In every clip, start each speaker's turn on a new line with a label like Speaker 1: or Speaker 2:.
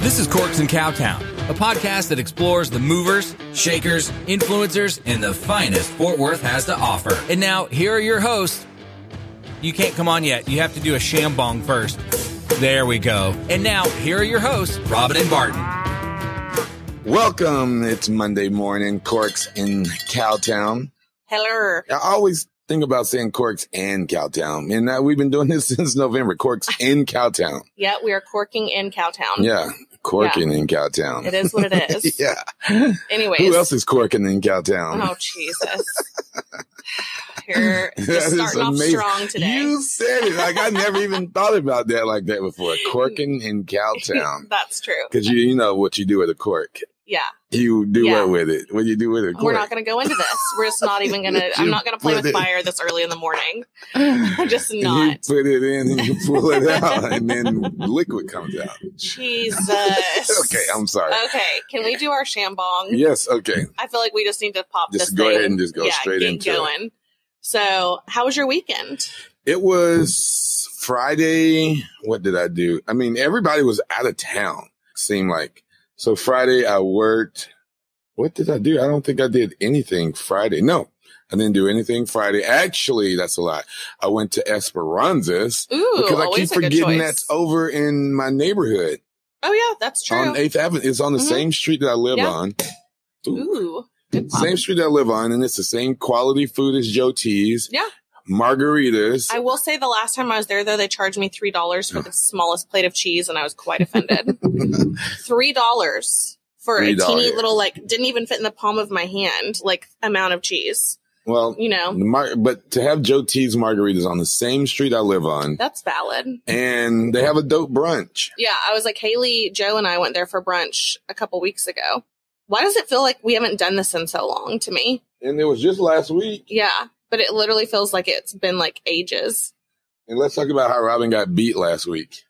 Speaker 1: This is Corks and Cowtown, a podcast that explores the movers, shakers, influencers, and the finest Fort Worth has to offer. And now, here are your hosts. You can't come on yet. You have to do a shambong first. There we go. And now, here are your hosts, Robin and Barton.
Speaker 2: Welcome. It's Monday morning, Corks in Cowtown.
Speaker 3: Heller.
Speaker 2: I always think about saying Corks and Cowtown, and uh, we've been doing this since November. Corks in Cowtown.
Speaker 3: Yeah, we are corking in Cowtown.
Speaker 2: Yeah, corking in Cowtown.
Speaker 3: It is what it is.
Speaker 2: Yeah.
Speaker 3: Anyways.
Speaker 2: Who else is corking in Cowtown?
Speaker 3: Oh, Jesus. You're
Speaker 2: That
Speaker 3: just
Speaker 2: is
Speaker 3: starting off
Speaker 2: amazing.
Speaker 3: strong today.
Speaker 2: You said it. Like I never even thought about that like that before. Corking in Cowtown.
Speaker 3: That's true.
Speaker 2: Because you, you know what you do with a cork.
Speaker 3: Yeah.
Speaker 2: You do
Speaker 3: Yeah.
Speaker 2: what with it? What do you do with a cork?
Speaker 3: We're not going to go into this. We're just not even going to. I'm not going to play with fire this early in the morning. I'm just
Speaker 2: You
Speaker 3: not.
Speaker 2: put it in and you pull it out, and then liquid comes out.
Speaker 3: Jesus.
Speaker 2: Okay, I'm sorry.
Speaker 3: Okay, can we do our shambong?
Speaker 2: Yes, okay.
Speaker 3: I feel like we just need to pop
Speaker 2: Just
Speaker 3: this
Speaker 2: go
Speaker 3: thing.
Speaker 2: ahead and just go
Speaker 3: yeah,
Speaker 2: straight
Speaker 3: get
Speaker 2: into it.
Speaker 3: going. So, how was your weekend?
Speaker 2: It was Friday. What did I do? I mean, everybody was out of town, seemed like. So Friday, I worked. What did I do? I don't think I did anything Friday. No, I didn't do anything Friday. Actually, that's a lie. I went to Esperanza's
Speaker 3: Ooh,
Speaker 2: because I keep
Speaker 3: always a good
Speaker 2: forgetting
Speaker 3: choice.
Speaker 2: that's over in my neighborhood
Speaker 3: Oh yeah, that's true.
Speaker 2: on 8th Avenue. It's on the
Speaker 3: Mhm.
Speaker 2: same street that I live
Speaker 3: Yeah.
Speaker 2: on.
Speaker 3: Ooh, good pop.
Speaker 2: Same street that I live on, and it's the same quality food as Joe T's.
Speaker 3: Yeah.
Speaker 2: Margaritas.
Speaker 3: I will say the last time I was there though, they charged me three dollars for the smallest plate of cheese, and I was quite offended. three dollars for a
Speaker 2: $3.
Speaker 3: teeny little like didn't even fit in the palm of my hand like amount of cheese.
Speaker 2: well,
Speaker 3: You know,
Speaker 2: The Mar- but to have Joe T's margaritas on the same street I live on,
Speaker 3: that's valid.
Speaker 2: and they have a dope brunch.
Speaker 3: Yeah, I was like Haley, Joe, and I went there for brunch a couple weeks ago. Why does it feel like we haven't done this in so long? To me,
Speaker 2: And it was just last week.
Speaker 3: yeah, but it literally feels like it's been like ages.
Speaker 2: And let's talk about how Robin got beat last week.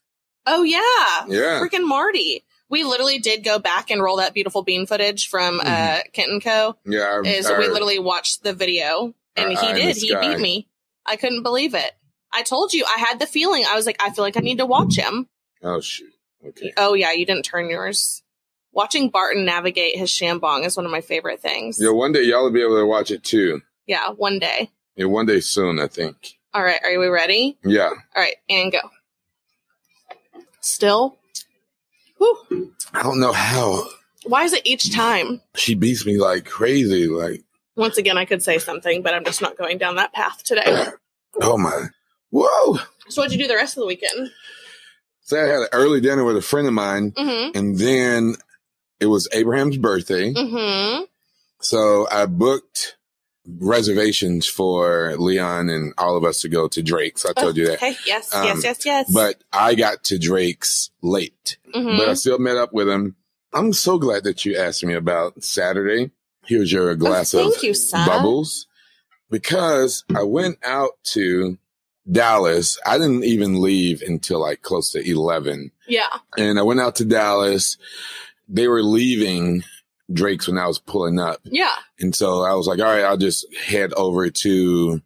Speaker 3: Oh yeah,
Speaker 2: Yeah.
Speaker 3: freaking Marty. We literally did go back and roll that beautiful bean footage from uh, Kent and Co.
Speaker 2: Yeah. our-
Speaker 3: Is
Speaker 2: Mm-hmm.
Speaker 3: we
Speaker 2: our-
Speaker 3: literally watched the video and
Speaker 2: Our eye
Speaker 3: he
Speaker 2: in
Speaker 3: did.
Speaker 2: the
Speaker 3: He
Speaker 2: sky.
Speaker 3: beat me. I couldn't believe it. I told you I had the feeling. I was like, I feel like I need to watch him.
Speaker 2: oh, shoot. Okay.
Speaker 3: Oh yeah, you didn't turn yours. Watching Barton navigate his shambong is one of my favorite things.
Speaker 2: Yeah, one day y'all will be able to watch it too.
Speaker 3: Yeah, one day.
Speaker 2: Yeah, one day soon, I think.
Speaker 3: All right, are we ready?
Speaker 2: Yeah.
Speaker 3: All right, and go. Still. Whew.
Speaker 2: I don't know how
Speaker 3: Why is it each time?
Speaker 2: she beats me like crazy. Like,
Speaker 3: Once again, I could say something, but I'm just not going down that path today.
Speaker 2: oh my. Whoa.
Speaker 3: So, what'd you do the rest of the weekend?
Speaker 2: So I had an early dinner with a friend of mine,
Speaker 3: Mm
Speaker 2: and then it was Abraham's birthday.
Speaker 3: hmm. Mm hmm.
Speaker 2: So I booked reservations for Leon and all of us to go to Drake's. I told you that.
Speaker 3: Okay. Yes.
Speaker 2: Um,
Speaker 3: yes. Yes. Yes.
Speaker 2: But I got to Drake's late,
Speaker 3: Mhm.
Speaker 2: but I still met up with him. I'm so glad that you asked me about Saturday. Here's your glass
Speaker 3: Oh, thank
Speaker 2: of
Speaker 3: you, son.
Speaker 2: bubbles. Because I went out to Dallas. I didn't even leave until like close to 11
Speaker 3: yeah.
Speaker 2: and I went out to Dallas. They were leaving Drake's when I was pulling up.
Speaker 3: Yeah.
Speaker 2: And so I was like, all right, I'll just head over to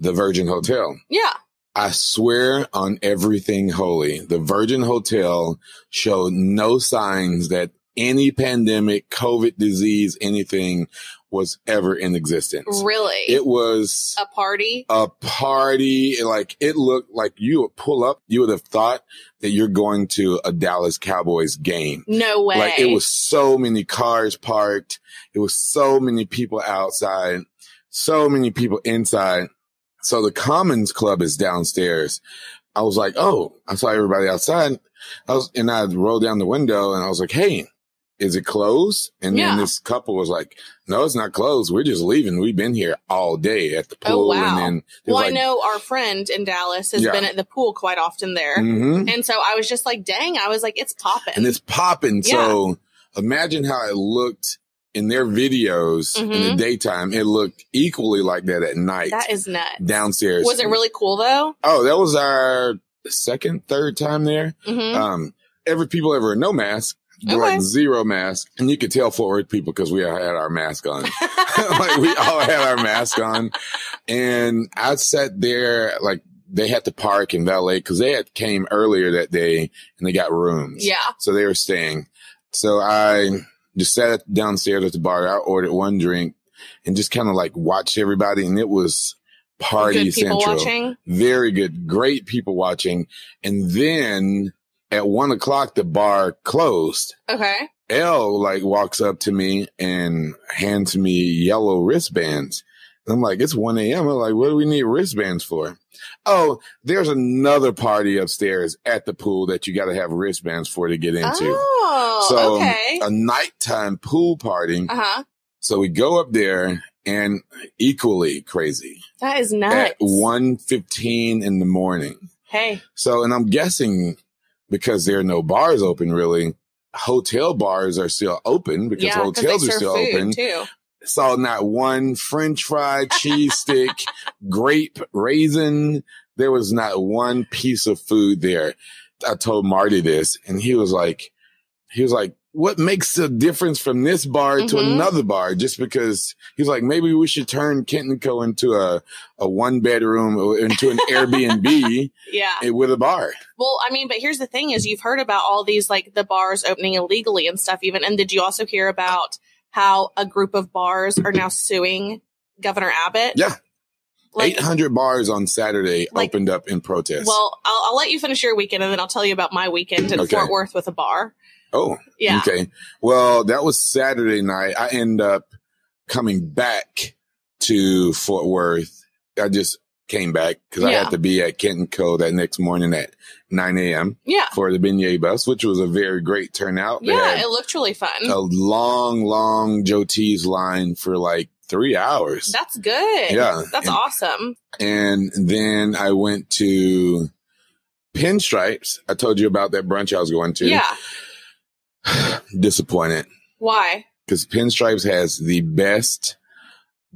Speaker 2: the Virgin Hotel.
Speaker 3: Yeah.
Speaker 2: I swear on everything holy, the Virgin Hotel showed no signs that any pandemic, COVID disease, anything was ever in existence.
Speaker 3: Really.
Speaker 2: It was
Speaker 3: a party.
Speaker 2: a party. and, Like it looked like you would pull up, you would have thought that you're going to a Dallas Cowboys game.
Speaker 3: No way.
Speaker 2: Like it was so many cars parked. It was so many people outside, so many people inside. So the Commons Club is downstairs. I was like, oh, I saw everybody outside. I was, and I rolled down the window and I was like, hey, is it closed? And
Speaker 3: Yeah.
Speaker 2: then this couple was like, no, it's not closed. We're just leaving. We've been here all day at the pool.
Speaker 3: Oh, wow.
Speaker 2: And then there's
Speaker 3: Well, I
Speaker 2: like,
Speaker 3: know our friend in Dallas has
Speaker 2: Yeah.
Speaker 3: been at the pool quite often there,
Speaker 2: Mhm.
Speaker 3: and so I was just like, "Dang!" I was like, "It's popping."
Speaker 2: and it's popping. So imagine how it looked in their videos in the
Speaker 3: Mhm.
Speaker 2: daytime. It looked equally like that at night
Speaker 3: that is nuts.
Speaker 2: downstairs.
Speaker 3: Was it really cool though?
Speaker 2: Oh, that was our second, third time there.
Speaker 3: Mm-hmm.
Speaker 2: Um, every people ever no mask. They were
Speaker 3: Okay.
Speaker 2: Like zero mask, and you could tell Fort Worth people because we all had our mask on. like we all had our mask on, and I sat there like they had to park and valet because they had came earlier that day and they got rooms.
Speaker 3: Yeah.
Speaker 2: So they were staying. So I just sat downstairs at the bar. I ordered one drink and just kind of like watched everybody. And it was party
Speaker 3: Good people
Speaker 2: central.
Speaker 3: watching.
Speaker 2: Very good. Great people watching. And then at one o'clock, the bar closed.
Speaker 3: Okay.
Speaker 2: L like walks up to me and hands me yellow wristbands. And I'm like, it's 1 a.m. I'm like, what do we need wristbands for? Oh, there's another party upstairs at the pool that you got to have wristbands for to get into.
Speaker 3: Oh,
Speaker 2: so um,
Speaker 3: okay.
Speaker 2: a nighttime pool party.
Speaker 3: Uh huh.
Speaker 2: So we go up there and equally crazy
Speaker 3: That is nuts.
Speaker 2: at 1.15 in the morning.
Speaker 3: Hey.
Speaker 2: So, and I'm guessing because there are no bars open really, hotel bars are still open because
Speaker 3: yeah, 'cause they
Speaker 2: hotels are
Speaker 3: serve
Speaker 2: still
Speaker 3: food,
Speaker 2: open.
Speaker 3: too.
Speaker 2: Saw not one French fry, cheese stick, grape, raisin. There was not one piece of food there. I told Marty this and he was like, he was like, what makes the difference from this bar to
Speaker 3: Mhm.
Speaker 2: another bar? Just because he's like, maybe we should turn Kent & Co. into a, a one bedroom, into an Airbnb
Speaker 3: Yeah.
Speaker 2: with a bar.
Speaker 3: Well, I mean, but here's the thing: is you've heard about all these like the bars opening illegally and stuff. Even and did you also hear about how a group of bars are now suing Governor Abbott?
Speaker 2: Yeah.
Speaker 3: Like,
Speaker 2: 800 bars on Saturday
Speaker 3: Like-
Speaker 2: opened up in protest.
Speaker 3: well, I'll, I'll let you finish your weekend, and then I'll tell you about my weekend in
Speaker 2: Okay.
Speaker 3: Fort Worth with a bar.
Speaker 2: oh,
Speaker 3: Yeah.
Speaker 2: okay. Well, that was Saturday night. I end up coming back to Fort Worth. I just came back because I
Speaker 3: Yeah.
Speaker 2: had to be at Kent and Co. that next morning at 9 a.m.
Speaker 3: Yeah.
Speaker 2: for the beignet bus, which was a very great turnout. They
Speaker 3: Yeah.
Speaker 2: had
Speaker 3: It Mm. looked really fun.
Speaker 2: a long, long Joe T's line for like three hours.
Speaker 3: That's good.
Speaker 2: Yeah.
Speaker 3: That's
Speaker 2: And-
Speaker 3: awesome.
Speaker 2: and then I went to Pinstripes. I told you about that brunch I was going to.
Speaker 3: Yeah.
Speaker 2: disappointed
Speaker 3: Why?
Speaker 2: because Pinstripes has the best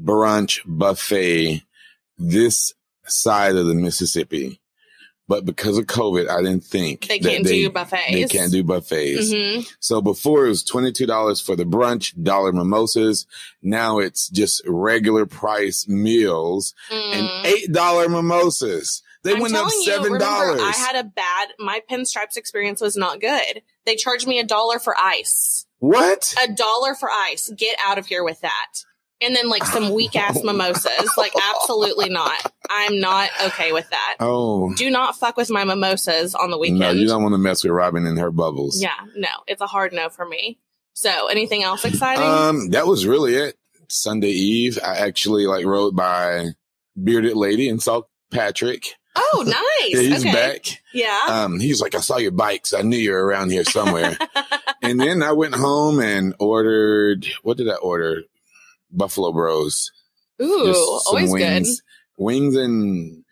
Speaker 2: brunch buffet this side of the Mississippi. But because of COVID, I didn't think
Speaker 3: They
Speaker 2: that
Speaker 3: can't do buffets.
Speaker 2: They can't do buffets.
Speaker 3: hmm
Speaker 2: So before it was $22 for the brunch, dollar mimosas. Now it's just regular price meals
Speaker 3: Mm.
Speaker 2: and $8 mimosas. They
Speaker 3: Mm-hmm. I'm
Speaker 2: went up
Speaker 3: telling
Speaker 2: $7.
Speaker 3: You, remember, I had a bad. My pinstripes experience was not good. They charged me a dollar for ice.
Speaker 2: what?
Speaker 3: A dollar for ice. Get out of here with that. And then like some weak ass mimosas. Like absolutely not. I'm not okay with that.
Speaker 2: Oh.
Speaker 3: Do not fuck with my mimosas on the weekend.
Speaker 2: No, you don't want to mess with Robin and her bubbles.
Speaker 3: yeah, no, it's a hard no for me. So, anything else exciting?
Speaker 2: Um, that was really it. Sunday Eve, I actually like rode by Bearded Lady and saw Patrick.
Speaker 3: oh, nice.
Speaker 2: Yeah, he's
Speaker 3: okay.
Speaker 2: back.
Speaker 3: Yeah.
Speaker 2: Um, he's like, I saw your bikes. I knew you were around here somewhere. and then I went home and ordered. What did I order? Buffalo Bros.
Speaker 3: Ooh,
Speaker 2: Just some
Speaker 3: always
Speaker 2: wings, Wings and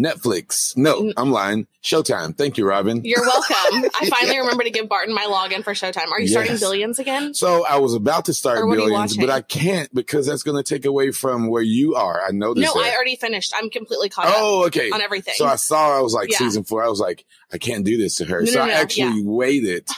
Speaker 2: Netflix. No,
Speaker 3: N-
Speaker 2: I'm lying. Showtime. Thank you, Robin.
Speaker 3: good. You're welcome. I finally remember to give Barton my login for Showtime. Are you starting
Speaker 2: Yes.
Speaker 3: Billions again?
Speaker 2: So I was about to start
Speaker 3: Or what are you
Speaker 2: billions, but I
Speaker 3: watching?
Speaker 2: can't because that's going to take away from where you are. I noticed
Speaker 3: No,
Speaker 2: that.
Speaker 3: I already finished. I'm completely caught up
Speaker 2: Oh, okay.
Speaker 3: on everything.
Speaker 2: So I saw her, I was like
Speaker 3: Yeah.
Speaker 2: season four. I was like, I can't do this to her.
Speaker 3: No,
Speaker 2: so
Speaker 3: no,
Speaker 2: I
Speaker 3: no, Oh,
Speaker 2: actually waited.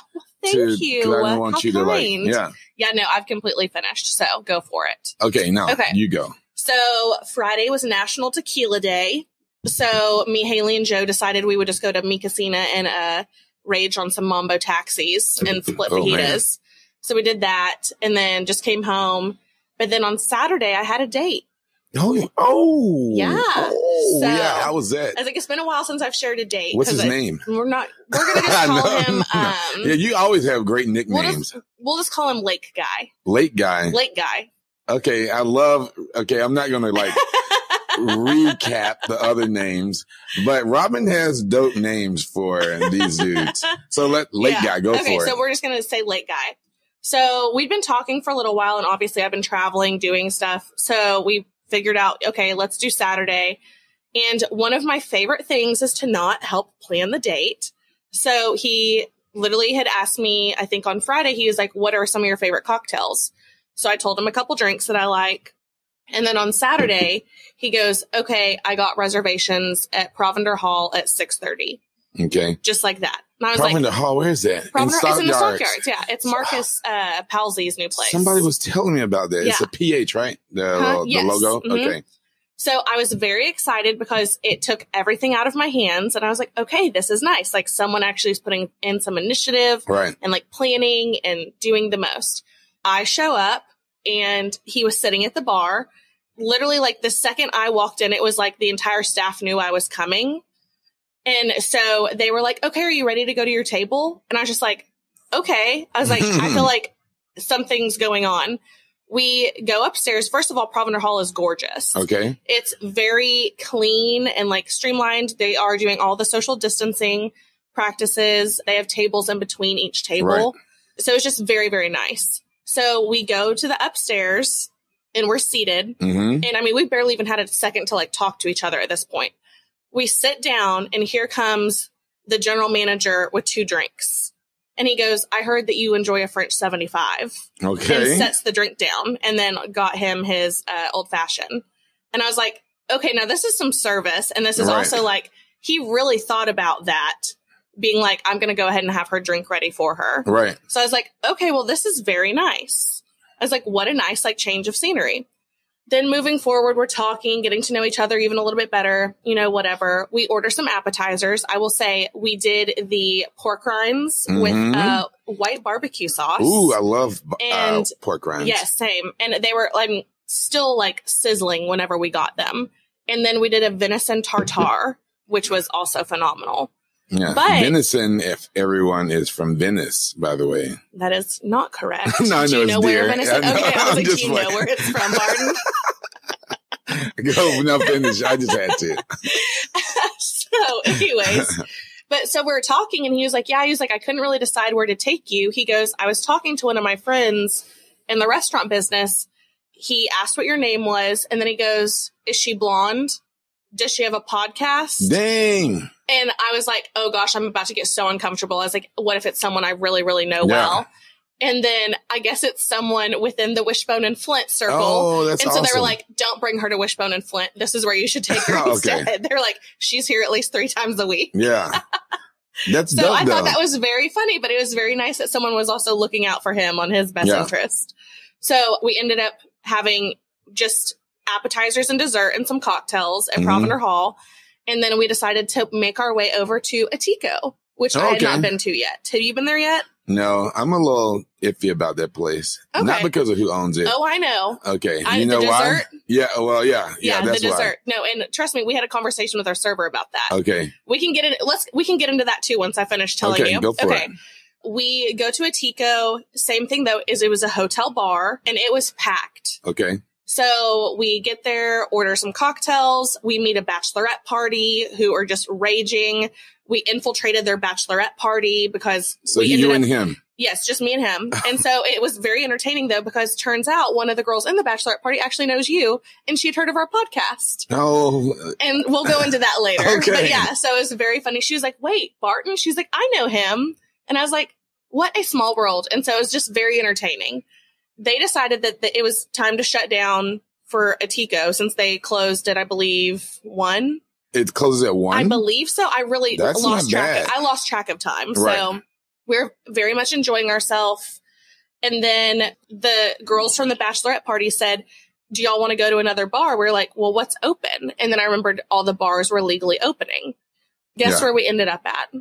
Speaker 3: Thank
Speaker 2: to, 'cause
Speaker 3: you.
Speaker 2: I didn't want
Speaker 3: How
Speaker 2: you to like.
Speaker 3: kind.
Speaker 2: Yeah.
Speaker 3: Yeah, no, I've completely finished. So go for it.
Speaker 2: Okay. Now
Speaker 3: Okay.
Speaker 2: you go.
Speaker 3: So Friday was National Tequila Day. So me, Haley, and Joe decided we would just go to Mikasina and uh, rage on some Mambo taxis and split
Speaker 2: Oh, man.
Speaker 3: fajitas. So we did that and then just came home. But then on Saturday, I had a date.
Speaker 2: Oh, oh,
Speaker 3: Yeah.
Speaker 2: Oh,
Speaker 3: So-
Speaker 2: yeah. How was that?
Speaker 3: I was like, it's been a while since I've shared a date.
Speaker 2: What's
Speaker 3: 'cause
Speaker 2: his
Speaker 3: I-
Speaker 2: name?
Speaker 3: We're not. We're gonna just
Speaker 2: I
Speaker 3: call
Speaker 2: know.
Speaker 3: him.
Speaker 2: No.
Speaker 3: Um,
Speaker 2: Yeah, you always have great
Speaker 3: we'll
Speaker 2: nicknames.
Speaker 3: just we'll just call him Lake Guy.
Speaker 2: Late guy.
Speaker 3: Lake Guy.
Speaker 2: Okay, I love. Okay, I'm not gonna like recap the other names, but Robin has dope names for these dudes. So let late
Speaker 3: Yeah.
Speaker 2: guy go
Speaker 3: okay,
Speaker 2: for
Speaker 3: so
Speaker 2: it.
Speaker 3: we're just gonna say late guy. So we've been talking for a little while, and obviously I've been traveling, doing stuff. So we figured out, okay, let's do Saturday. And one of my favorite things is to not help plan the date. So he literally had asked me, I think on Friday, he was like, What are some of your favorite cocktails? So I told him a couple drinks that I like. And then on Saturday, he goes, Okay, I got reservations at Provender Hall at 6:30.
Speaker 2: Okay.
Speaker 3: Just like that. And I was like,
Speaker 2: Provender Hall, where is that?
Speaker 3: Providence it's in the
Speaker 2: Stockyards.
Speaker 3: stockyards. Yeah, it's Marcus uh, Palsy's new place.
Speaker 2: Somebody was telling me about that. It's
Speaker 3: Yeah.
Speaker 2: a PH, right? The,
Speaker 3: Huh?
Speaker 2: the
Speaker 3: Yes.
Speaker 2: logo.
Speaker 3: Mhm.
Speaker 2: Okay.
Speaker 3: So I was very excited because it took everything out of my hands. And I was like, okay, this is nice. Like someone actually is putting in some initiative
Speaker 2: Right.
Speaker 3: and like planning and doing the most. I show up and he was sitting at the bar. Literally, like the second I walked in, it was like the entire staff knew I was coming. And so they were like, okay, are you ready to go to your table? And I was just like, okay. I was like, I feel like something's going on. We go upstairs. First of all, Provender Hall is gorgeous.
Speaker 2: Okay.
Speaker 3: It's very clean and like streamlined. They are doing all the social distancing practices. They have tables in between each
Speaker 2: Right.
Speaker 3: table. So it's just very, very nice. So we go to the upstairs and we're seated.
Speaker 2: Mm-hmm.
Speaker 3: And I mean, we barely even had a second to like talk to each other at this point. We sit down and here comes the general manager with two drinks. And he goes, I heard that you enjoy a French 75 and
Speaker 2: Okay.
Speaker 3: sets the drink down and then got him his uh, old fashioned. And I was like, okay, now this is some service. And this is
Speaker 2: Right.
Speaker 3: also like, he really thought about that, being like, I'm going to go ahead and have her drink ready for her.
Speaker 2: Right.
Speaker 3: So I was like, okay, well, this is very nice. I was like, what a nice like change of scenery. Then moving forward, we're talking, getting to know each other even a little bit better, you know, whatever. We order some appetizers. I will say we did the pork rinds
Speaker 2: Mhm.
Speaker 3: with uh, white barbecue sauce.
Speaker 2: Ooh, I love uh,
Speaker 3: And-
Speaker 2: pork rinds.
Speaker 3: Yes, same. And they were like still like sizzling whenever we got them. And then we did a venison tartare, which was also phenomenal.
Speaker 2: Yeah.
Speaker 3: But-
Speaker 2: Venison, if everyone is from Venice, by the way.
Speaker 3: That is not correct.
Speaker 2: No, I
Speaker 3: Do
Speaker 2: know
Speaker 3: you
Speaker 2: it's
Speaker 3: know where
Speaker 2: deer.
Speaker 3: venison?
Speaker 2: I know.
Speaker 3: Okay, I
Speaker 2: I'm
Speaker 3: was like, do
Speaker 2: just
Speaker 3: you
Speaker 2: like-
Speaker 3: know where it's from, Barton?
Speaker 2: Go, no, Venice. I just had to.
Speaker 3: so, anyways, but so we were talking, and he was like, "Yeah." He was like, "I couldn't really decide where to take you." He goes, "I was talking to one of my friends in the restaurant business. He asked what your name was, and then he goes, "Is she blonde? Does she have a podcast?"
Speaker 2: Dang.
Speaker 3: And I was like, "Oh gosh, I'm about to get so uncomfortable." I was like, "What if it's someone I really, really know
Speaker 2: Yeah.
Speaker 3: well?" And then I guess it's someone within the Wishbone and Flint circle.
Speaker 2: Oh, that's
Speaker 3: And so
Speaker 2: awesome.
Speaker 3: they were like, don't bring her to Wishbone and Flint. This is where you should take her
Speaker 2: Okay.
Speaker 3: instead. They're like, she's here at least three times a week.
Speaker 2: yeah. That's
Speaker 3: So
Speaker 2: dope,
Speaker 3: I
Speaker 2: though.
Speaker 3: thought that was very funny, but it was very nice that someone was also looking out for him on his best
Speaker 2: Yeah.
Speaker 3: interest. So we ended up having just appetizers and dessert and some cocktails at
Speaker 2: Mhm.
Speaker 3: Provender Hall. And then we decided to make our way over to Atico, which I had
Speaker 2: Okay.
Speaker 3: not been to yet. Have you been there yet?
Speaker 2: no, I'm a little iffy about that place.
Speaker 3: Okay.
Speaker 2: Not because of who owns it.
Speaker 3: Oh, I know.
Speaker 2: okay.
Speaker 3: I-
Speaker 2: you
Speaker 3: the
Speaker 2: know why?
Speaker 3: dessert?
Speaker 2: Yeah. Well, yeah. Yeah.
Speaker 3: Yeah, the
Speaker 2: that's why. Oh.
Speaker 3: dessert. No, and trust me, we had a conversation with our server about that.
Speaker 2: Okay.
Speaker 3: We can get in. Let's. We can get into that too once I finish telling
Speaker 2: Okay,
Speaker 3: you.
Speaker 2: go for it.
Speaker 3: We go to Atico. Same thing though. Is it was a hotel bar and it was packed.
Speaker 2: Okay.
Speaker 3: So we get there, order some cocktails. We meet a bachelorette party who are just raging. We infiltrated their bachelorette party because
Speaker 2: So
Speaker 3: we
Speaker 2: you
Speaker 3: ended
Speaker 2: and
Speaker 3: up,
Speaker 2: him.
Speaker 3: yes, just me and him. and so it was very entertaining though because turns out one of the girls in the bachelorette party actually knows you and she'd heard of our podcast
Speaker 2: Oh,
Speaker 3: and we'll go into that later.
Speaker 2: Okay.
Speaker 3: But yeah, so it was very funny. She was like, "Wait, Barton." She's like, "I know him," and I was like, "What a small world!" And so it was just very entertaining. They decided that that it was time to shut down for Atico since they closed at I believe one.
Speaker 2: it closes at one.
Speaker 3: I believe so. I really
Speaker 2: That's
Speaker 3: lost
Speaker 2: not
Speaker 3: track. Of,
Speaker 2: bad.
Speaker 3: I lost track of time.
Speaker 2: Right.
Speaker 3: So we're very much enjoying ourselves. And then the girls from the bachelorette party said, "Do y'all want to go to another bar?" We are like, "Well, what's open?" And then I remembered all the bars were legally opening. Guess
Speaker 2: Yeah.
Speaker 3: where we ended up at?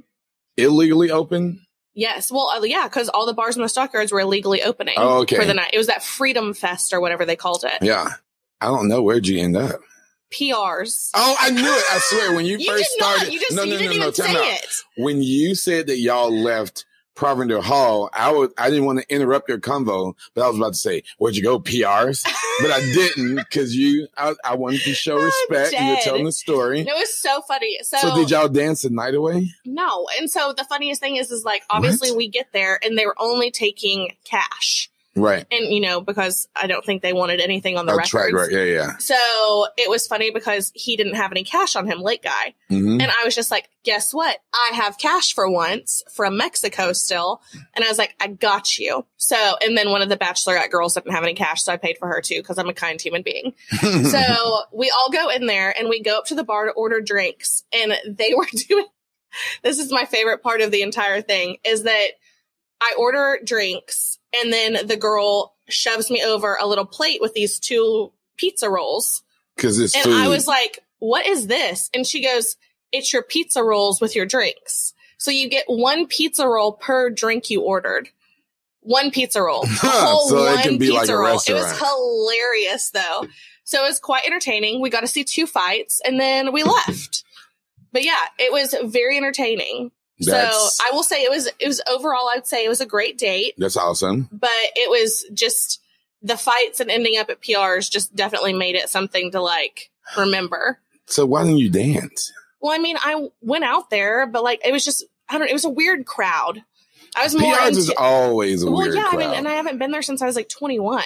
Speaker 2: Illegally open.
Speaker 3: Yes. Well, uh, yeah, because all the bars in the stockyards were illegally opening
Speaker 2: Oh, okay.
Speaker 3: for the night. It was that Freedom Fest or whatever they called it.
Speaker 2: Yeah. I don't know where'd you end up.
Speaker 3: PRs.
Speaker 2: Oh, I knew it. I swear when you,
Speaker 3: you did
Speaker 2: first started.
Speaker 3: not. You just
Speaker 2: no,
Speaker 3: you
Speaker 2: no,
Speaker 3: didn't
Speaker 2: no, no.
Speaker 3: even
Speaker 2: Time
Speaker 3: say
Speaker 2: out.
Speaker 3: it.
Speaker 2: When you said that y'all left Provender Hall, I was I didn't want to interrupt your convo, but I was about to say, "Where'd you go, PRs?" but I didn't because you. I, I wanted to show
Speaker 3: I'm
Speaker 2: respect. You were
Speaker 3: dead.
Speaker 2: telling the story.
Speaker 3: And it was Oh, so funny.
Speaker 2: so, did y'all dance the night away?
Speaker 3: No. And so the funniest thing is, is like, obviously
Speaker 2: What?
Speaker 3: we get there and they were only taking cash.
Speaker 2: Right.
Speaker 3: And, you know, because I don't think they wanted anything on the
Speaker 2: I
Speaker 3: records.
Speaker 2: tried. Right. Yeah. Yeah.
Speaker 3: So it was funny because he didn't have any cash on him, late guy.
Speaker 2: hmm
Speaker 3: And I was just like, guess what? I have cash for once from Mexico still. And I was like, I got you. So, and then one of the bachelorette girls didn't have any cash. So I paid for her too because I'm a kind human being so we all go in there and we go up to the bar to order drinks and they were doing this is my favorite part of the entire thing is that i order drinks and then the girl shoves me over a little plate with these two pizza rolls
Speaker 2: because it's
Speaker 3: And
Speaker 2: food.
Speaker 3: I was like, what is this? And she goes, it's your pizza rolls with your drinks. So you get one pizza roll per drink you ordered. One pizza roll. A whole
Speaker 2: So it
Speaker 3: one
Speaker 2: can be like
Speaker 3: pizza
Speaker 2: a
Speaker 3: roll. It
Speaker 2: restaurant.
Speaker 3: was hilarious though. So it was quite entertaining. We got to see two fights and then we left. But yeah, it was very entertaining.
Speaker 2: that's,
Speaker 3: so I will say it was it was overall I'd say it was a great date,
Speaker 2: that's awesome.
Speaker 3: but it was just the fights and ending up at PRs just definitely made it something to like remember.
Speaker 2: So why didn't you dance?
Speaker 3: Well, I mean, I went out there, but like it was just I don't. It was a weird crowd. I was more.
Speaker 2: PRs
Speaker 3: into-
Speaker 2: is always a
Speaker 3: well,
Speaker 2: weird
Speaker 3: yeah,
Speaker 2: crowd.
Speaker 3: I mean, and I haven't been there since I was like 21,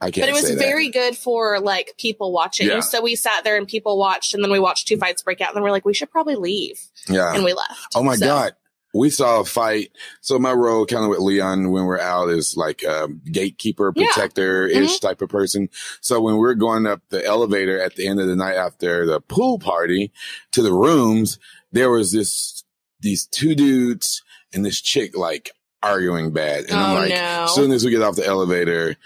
Speaker 2: I can't
Speaker 3: but it was
Speaker 2: say that.
Speaker 3: very good for like people watching.
Speaker 2: Yeah.
Speaker 3: So we sat there and people watched, and then we watched two fights break out, and then we're like, we should probably leave,
Speaker 2: yeah.
Speaker 3: and we left.
Speaker 2: Oh my
Speaker 3: So,
Speaker 2: God. We saw a fight. So my role kind of with Leon when we're out is like a gatekeeper,
Speaker 3: Yeah. Mm-hmm.
Speaker 2: protector ish type of person. So when we're going up the elevator at the end of the night after the pool party to the rooms, there was this, these two dudes and this chick like arguing bad. And I'm
Speaker 3: Oh,
Speaker 2: like,
Speaker 3: no.
Speaker 2: as soon as we get off the elevator,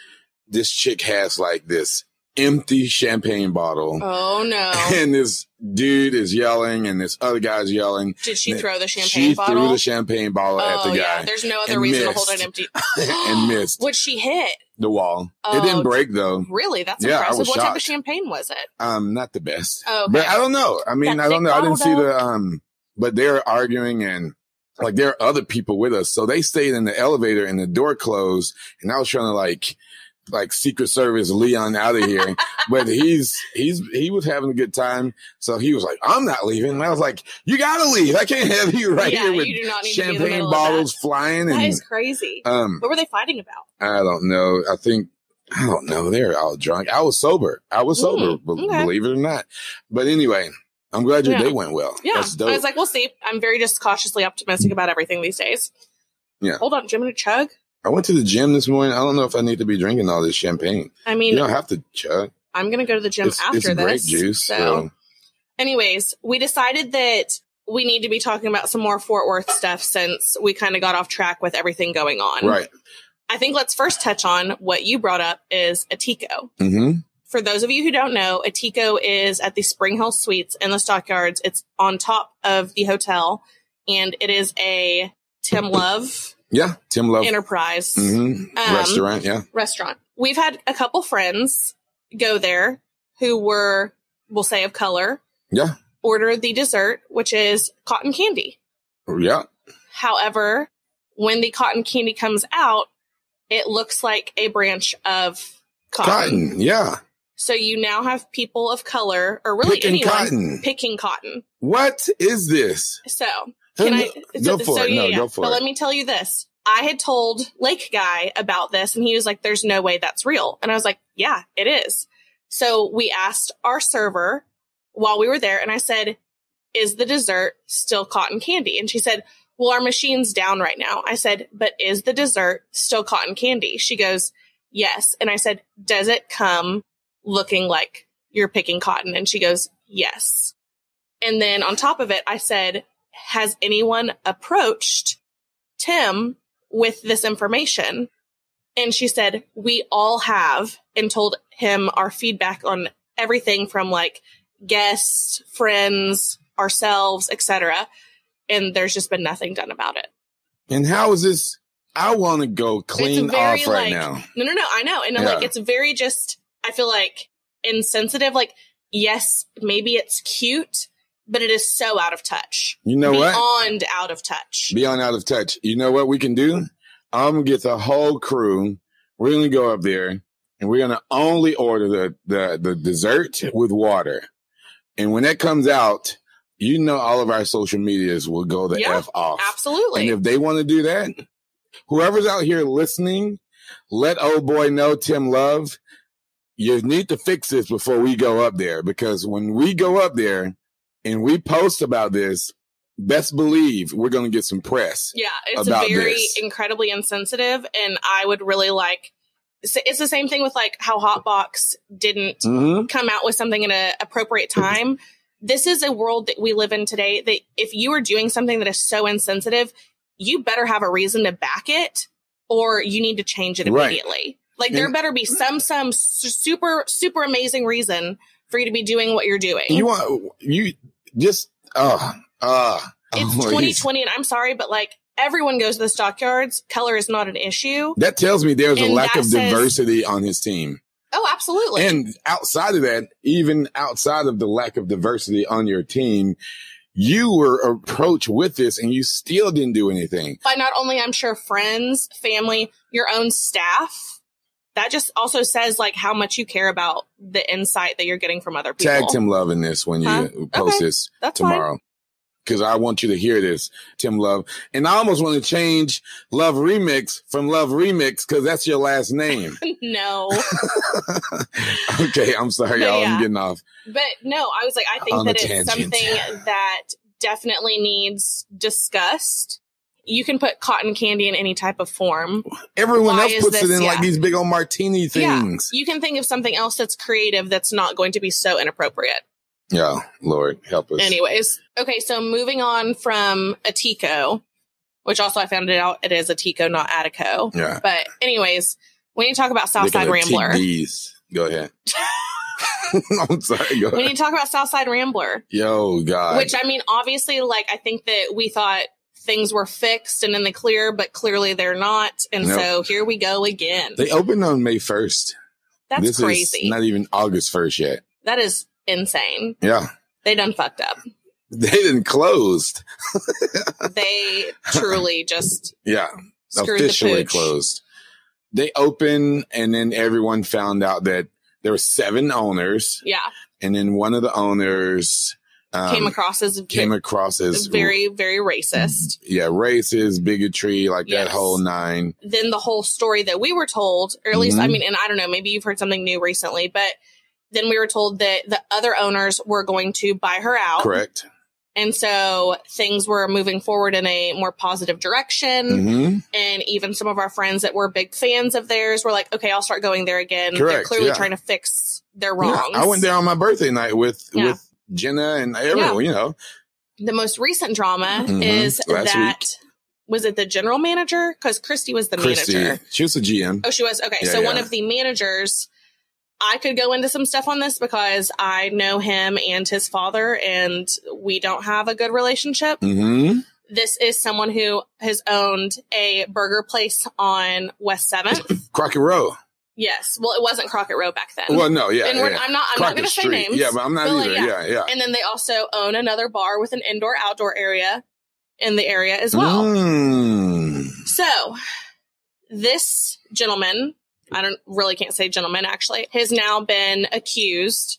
Speaker 2: this chick has like this empty champagne bottle.
Speaker 3: Oh no!
Speaker 2: And this dude is yelling and this other guy's yelling
Speaker 3: Did she throw the champagne
Speaker 2: she
Speaker 3: bottle?
Speaker 2: threw the champagne bottle
Speaker 3: oh
Speaker 2: at the
Speaker 3: yeah.
Speaker 2: guy
Speaker 3: There's no other
Speaker 2: and
Speaker 3: reason to hold
Speaker 2: missed.
Speaker 3: an empty.
Speaker 2: and missed
Speaker 3: Would she hit?
Speaker 2: the wall. it
Speaker 3: Oh,
Speaker 2: didn't break though.
Speaker 3: Really? That's
Speaker 2: Yeah, I
Speaker 3: impressive.
Speaker 2: was
Speaker 3: what type
Speaker 2: shocked.
Speaker 3: of champagne was it?
Speaker 2: Um, not the best.
Speaker 3: Oh, okay.
Speaker 2: But I don't know. I mean,
Speaker 3: That
Speaker 2: I don't
Speaker 3: thick
Speaker 2: know. I didn't see
Speaker 3: bottle,
Speaker 2: the um. But they're arguing and like there are other people with us, so they stayed in the elevator and the door closed, and I was trying to like. Like Secret Service Leon out of here, but he's he's he was having a good time, so he was like, "I'm not leaving." And I was like, "You gotta leave! I can't have you right
Speaker 3: yeah,
Speaker 2: here with
Speaker 3: you do not need to be in the
Speaker 2: champagne
Speaker 3: middle
Speaker 2: bottles
Speaker 3: Of
Speaker 2: flying."
Speaker 3: that.
Speaker 2: And
Speaker 3: that is crazy.
Speaker 2: um,
Speaker 3: what were they fighting about?
Speaker 2: I don't know. I think I don't know. They're all drunk. I was sober. I was
Speaker 3: Mm,
Speaker 2: sober, be-
Speaker 3: okay.
Speaker 2: believe it or not. But anyway, I'm glad your
Speaker 3: Yeah.
Speaker 2: day went well.
Speaker 3: Yeah.
Speaker 2: that's dope.
Speaker 3: I was like, we'll see. I'm very just cautiously optimistic about everything these days.
Speaker 2: Yeah.
Speaker 3: Hold on, do you want me to chug?
Speaker 2: I went to the gym this morning. I don't know if I need to be drinking all this champagne.
Speaker 3: I mean,
Speaker 2: You don't have to chug.
Speaker 3: I'm going to go to the gym
Speaker 2: It's,
Speaker 3: after
Speaker 2: it's
Speaker 3: this.
Speaker 2: grape juice.
Speaker 3: So, um,
Speaker 2: so-
Speaker 3: anyways, we decided that we need to be talking about some more Fort Worth stuff since we kind of got off track with everything going on.
Speaker 2: right.
Speaker 3: I think let's first touch on what you brought up is Atico.
Speaker 2: hmm
Speaker 3: for those of you who don't know, Atico is at the Spring Hill Suites in the Stockyards. It's on top of the hotel, and it is a Tim Love
Speaker 2: Yeah. Tim Love
Speaker 3: Enterprise
Speaker 2: hmm
Speaker 3: Um,
Speaker 2: restaurant. Yeah.
Speaker 3: restaurant. We've had a couple friends go there who were, we'll say, of color.
Speaker 2: Yeah.
Speaker 3: Order the dessert, which is cotton candy.
Speaker 2: Yeah.
Speaker 3: However, when the cotton candy comes out, it looks like a branch of cotton.
Speaker 2: Cotton. Yeah.
Speaker 3: So you now have people of color, or really
Speaker 2: Picking
Speaker 3: anyone,
Speaker 2: cotton.
Speaker 3: picking cotton.
Speaker 2: What is this?
Speaker 3: So can I
Speaker 2: Go
Speaker 3: so,
Speaker 2: for
Speaker 3: so
Speaker 2: it. No,
Speaker 3: yeah, yeah.
Speaker 2: go for
Speaker 3: but
Speaker 2: it.
Speaker 3: let me tell you this. I had told Lake Guy about this and he was like, There's no way that's real. And I was like, Yeah, it is. So we asked our server while we were there and I said, Is the dessert still cotton candy? And she said, Well, our machine's down right now. I said, But is the dessert still cotton candy? She goes, Yes. And I said, Does it come looking like you're picking cotton? And she goes, Yes. And then on top of it, I said, has anyone approached Tim with this information? And she said, we all have, and told him our feedback on everything from like guests, friends, ourselves, etc. And there's just been nothing done about it.
Speaker 2: and how is this? I want to go clean
Speaker 3: very,
Speaker 2: off right
Speaker 3: like,
Speaker 2: now.
Speaker 3: No, no, no. I know. And like,
Speaker 2: Yeah.
Speaker 3: it's very just, I feel like insensitive. Like, yes, maybe it's cute, but it is so out of touch.
Speaker 2: You know what?
Speaker 3: Beyond out of touch.
Speaker 2: Beyond out of touch. You know what we can do? I'm gonna get the whole crew. We're gonna go up there and we're gonna only order the the, the dessert with water. And when that comes out, you know all of our social medias will go the
Speaker 3: Yeah,
Speaker 2: F off.
Speaker 3: Absolutely.
Speaker 2: And if they want to do that, whoever's out here listening, let old boy know Tim Love, you need to fix this before we go up there because when we go up there and we post about this, best believe we're going to get some press.
Speaker 3: Yeah, it's
Speaker 2: about
Speaker 3: very
Speaker 2: this.
Speaker 3: incredibly insensitive, and I would really like. It's it's the same thing with like how Hotbox didn't
Speaker 2: Mm-hmm.
Speaker 3: come out with something in an appropriate time. This is a world that we live in today that if you are doing something that is so insensitive, you better have a reason to back it, or you need to change it
Speaker 2: Right.
Speaker 3: immediately. Like there
Speaker 2: And-
Speaker 3: better be some some su- super super amazing reason for you to be doing what you're doing.
Speaker 2: You want you just uh uh
Speaker 3: it's 2020, and I'm sorry, but like everyone goes to the stockyards. Color is not an issue.
Speaker 2: That tells me there's a
Speaker 3: And
Speaker 2: lack
Speaker 3: that
Speaker 2: of
Speaker 3: says-
Speaker 2: diversity on his team.
Speaker 3: Oh, absolutely.
Speaker 2: And outside of that, even outside of the lack of diversity on your team, you were approached with this and you still didn't do anything.
Speaker 3: by not only I'm sure friends, family, your own staff. That just also says like how much you care about the insight that you're getting from other people.
Speaker 2: Tag Tim Love in this when you
Speaker 3: Huh?
Speaker 2: post
Speaker 3: Okay.
Speaker 2: this
Speaker 3: That's
Speaker 2: tomorrow. Cause I want you to hear this, Tim Love. And I almost want to change Love Remix from Love Remix because that's your last name.
Speaker 3: Fine. No,
Speaker 2: okay. I'm sorry,
Speaker 3: But
Speaker 2: y'all.
Speaker 3: yeah.
Speaker 2: I'm getting off.
Speaker 3: but no, I was like, I think
Speaker 2: On
Speaker 3: that
Speaker 2: a
Speaker 3: it's
Speaker 2: tangent.
Speaker 3: something that definitely needs discussed. You can put cotton candy in any type of form.
Speaker 2: Everyone
Speaker 3: Why
Speaker 2: else
Speaker 3: is
Speaker 2: puts
Speaker 3: this-
Speaker 2: it in like
Speaker 3: yeah.
Speaker 2: these big old martini
Speaker 3: Yeah.
Speaker 2: things.
Speaker 3: You can think of something else that's creative that's not going to be so inappropriate.
Speaker 2: Yeah, Lord help us.
Speaker 3: Anyways, okay, so moving on from Atico, which also I found it out it is Atico, not Attico.
Speaker 2: Yeah.
Speaker 3: But anyways, we need to talk about Southside
Speaker 2: They're gonna take
Speaker 3: Rambler.
Speaker 2: these. Go ahead. I'm sorry. Go ahead.
Speaker 3: We need to talk about Southside Rambler,
Speaker 2: Yo, God.
Speaker 3: which I mean, obviously, like I think that we thought things were fixed and in the clear, but clearly they're not. And
Speaker 2: Nope.
Speaker 3: so here we go again.
Speaker 2: they opened on May 1st.
Speaker 3: That's
Speaker 2: this
Speaker 3: crazy.
Speaker 2: is not even August 1st yet.
Speaker 3: that is insane.
Speaker 2: Yeah.
Speaker 3: They done fucked up.
Speaker 2: They didn't closed.
Speaker 3: They truly just
Speaker 2: Yeah.
Speaker 3: screwed
Speaker 2: officially
Speaker 3: the pooch.
Speaker 2: closed. They opened and then everyone found out that there were seven owners
Speaker 3: Yeah,
Speaker 2: and then one of the owners um,
Speaker 3: came across as
Speaker 2: came across as
Speaker 3: very, very racist.
Speaker 2: yeah, racist, bigotry, like
Speaker 3: Yes.
Speaker 2: that whole nine.
Speaker 3: than the whole story that we were told, or at least, I
Speaker 2: Mhm.
Speaker 3: mean, and I don't know, maybe you've heard something new recently, but then we were told that the other owners were going to buy her out.
Speaker 2: Correct.
Speaker 3: And so things were moving forward in a more positive direction.
Speaker 2: hmm
Speaker 3: And even some of our friends that were big fans of theirs were like, okay, I'll start going there again. They're
Speaker 2: Correct,
Speaker 3: clearly
Speaker 2: yeah.
Speaker 3: trying to fix their
Speaker 2: Yeah,
Speaker 3: wrongs.
Speaker 2: I went there on my birthday night with
Speaker 3: Yeah.
Speaker 2: with Jenna and everyone. You know,
Speaker 3: The most recent drama
Speaker 2: Mhm.
Speaker 3: is
Speaker 2: Last
Speaker 3: that was it the general manager? Because Christy was the
Speaker 2: Christy,
Speaker 3: manager.
Speaker 2: she was a GM.
Speaker 3: Oh, she was? Okay.
Speaker 2: Yeah,
Speaker 3: so one
Speaker 2: yeah.
Speaker 3: of the managers, I could go into some stuff on this because I know him and his father, and we don't have a good relationship.
Speaker 2: Mm-hmm.
Speaker 3: This is someone who has owned a burger place on West 7th.
Speaker 2: Crockett Row.
Speaker 3: yes. Well, it wasn't Crockett Row back then.
Speaker 2: Well, no, yeah,
Speaker 3: and
Speaker 2: yeah.
Speaker 3: we're, I'm not, I'm
Speaker 2: Crockett
Speaker 3: not going to say
Speaker 2: Street.
Speaker 3: names.
Speaker 2: Yeah, but I'm not
Speaker 3: But, like,
Speaker 2: either. yeah, yeah.
Speaker 3: And then they also own another bar with an indoor outdoor area in the area as well.
Speaker 2: Mm.
Speaker 3: So, this gentleman, I don't really can't say gentleman actually, has now been accused.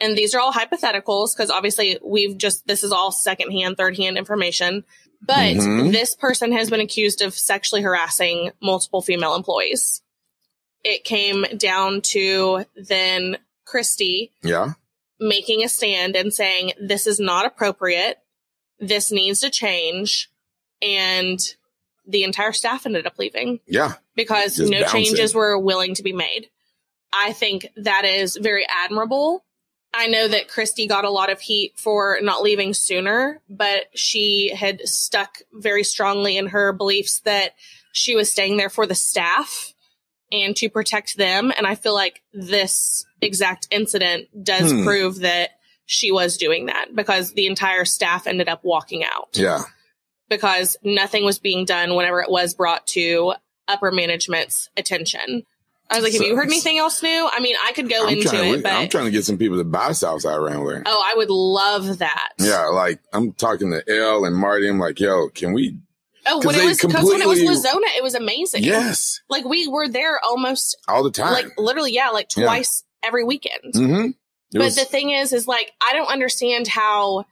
Speaker 3: And these are all hypotheticals because obviously we've just, this is all secondhand, third hand information. But
Speaker 2: Mhm.
Speaker 3: this person has been accused of sexually harassing multiple female employees. It came down to then Christy
Speaker 2: Yeah.
Speaker 3: making a stand and saying this is not appropriate this needs to change and the entire staff ended up leaving
Speaker 2: Yeah.
Speaker 3: because
Speaker 2: Just
Speaker 3: no
Speaker 2: bouncing.
Speaker 3: changes were willing to be made i think that is very admirable i know that christy got a lot of heat for not leaving sooner but she had stuck very strongly in her beliefs that she was staying there for the staff and to protect them. And I feel like this exact incident does
Speaker 2: Hmm.
Speaker 3: prove that she was doing that because the entire staff ended up walking out
Speaker 2: Yeah.
Speaker 3: because nothing was being done whenever it was brought to upper management's attention. I was like, have you heard anything else new? I mean, I could go
Speaker 2: I'm
Speaker 3: into
Speaker 2: trying,
Speaker 3: it,
Speaker 2: to, I'm
Speaker 3: but
Speaker 2: trying to get some people to buy Southside Rambler.
Speaker 3: oh, I would love that.
Speaker 2: Yeah, like I'm talking to L and Marty. I'm like, yo, can we?
Speaker 3: Oh,
Speaker 2: 'Cause
Speaker 3: when it
Speaker 2: they
Speaker 3: was because when it was
Speaker 2: completely-
Speaker 3: Lazona, it was amazing.
Speaker 2: Yes,
Speaker 3: Like we were there almost
Speaker 2: all the time.
Speaker 3: like literally, yeah, like
Speaker 2: Yeah.
Speaker 3: twice every weekend.
Speaker 2: mm-hmm.
Speaker 3: But the thing is, is like, I don't understand how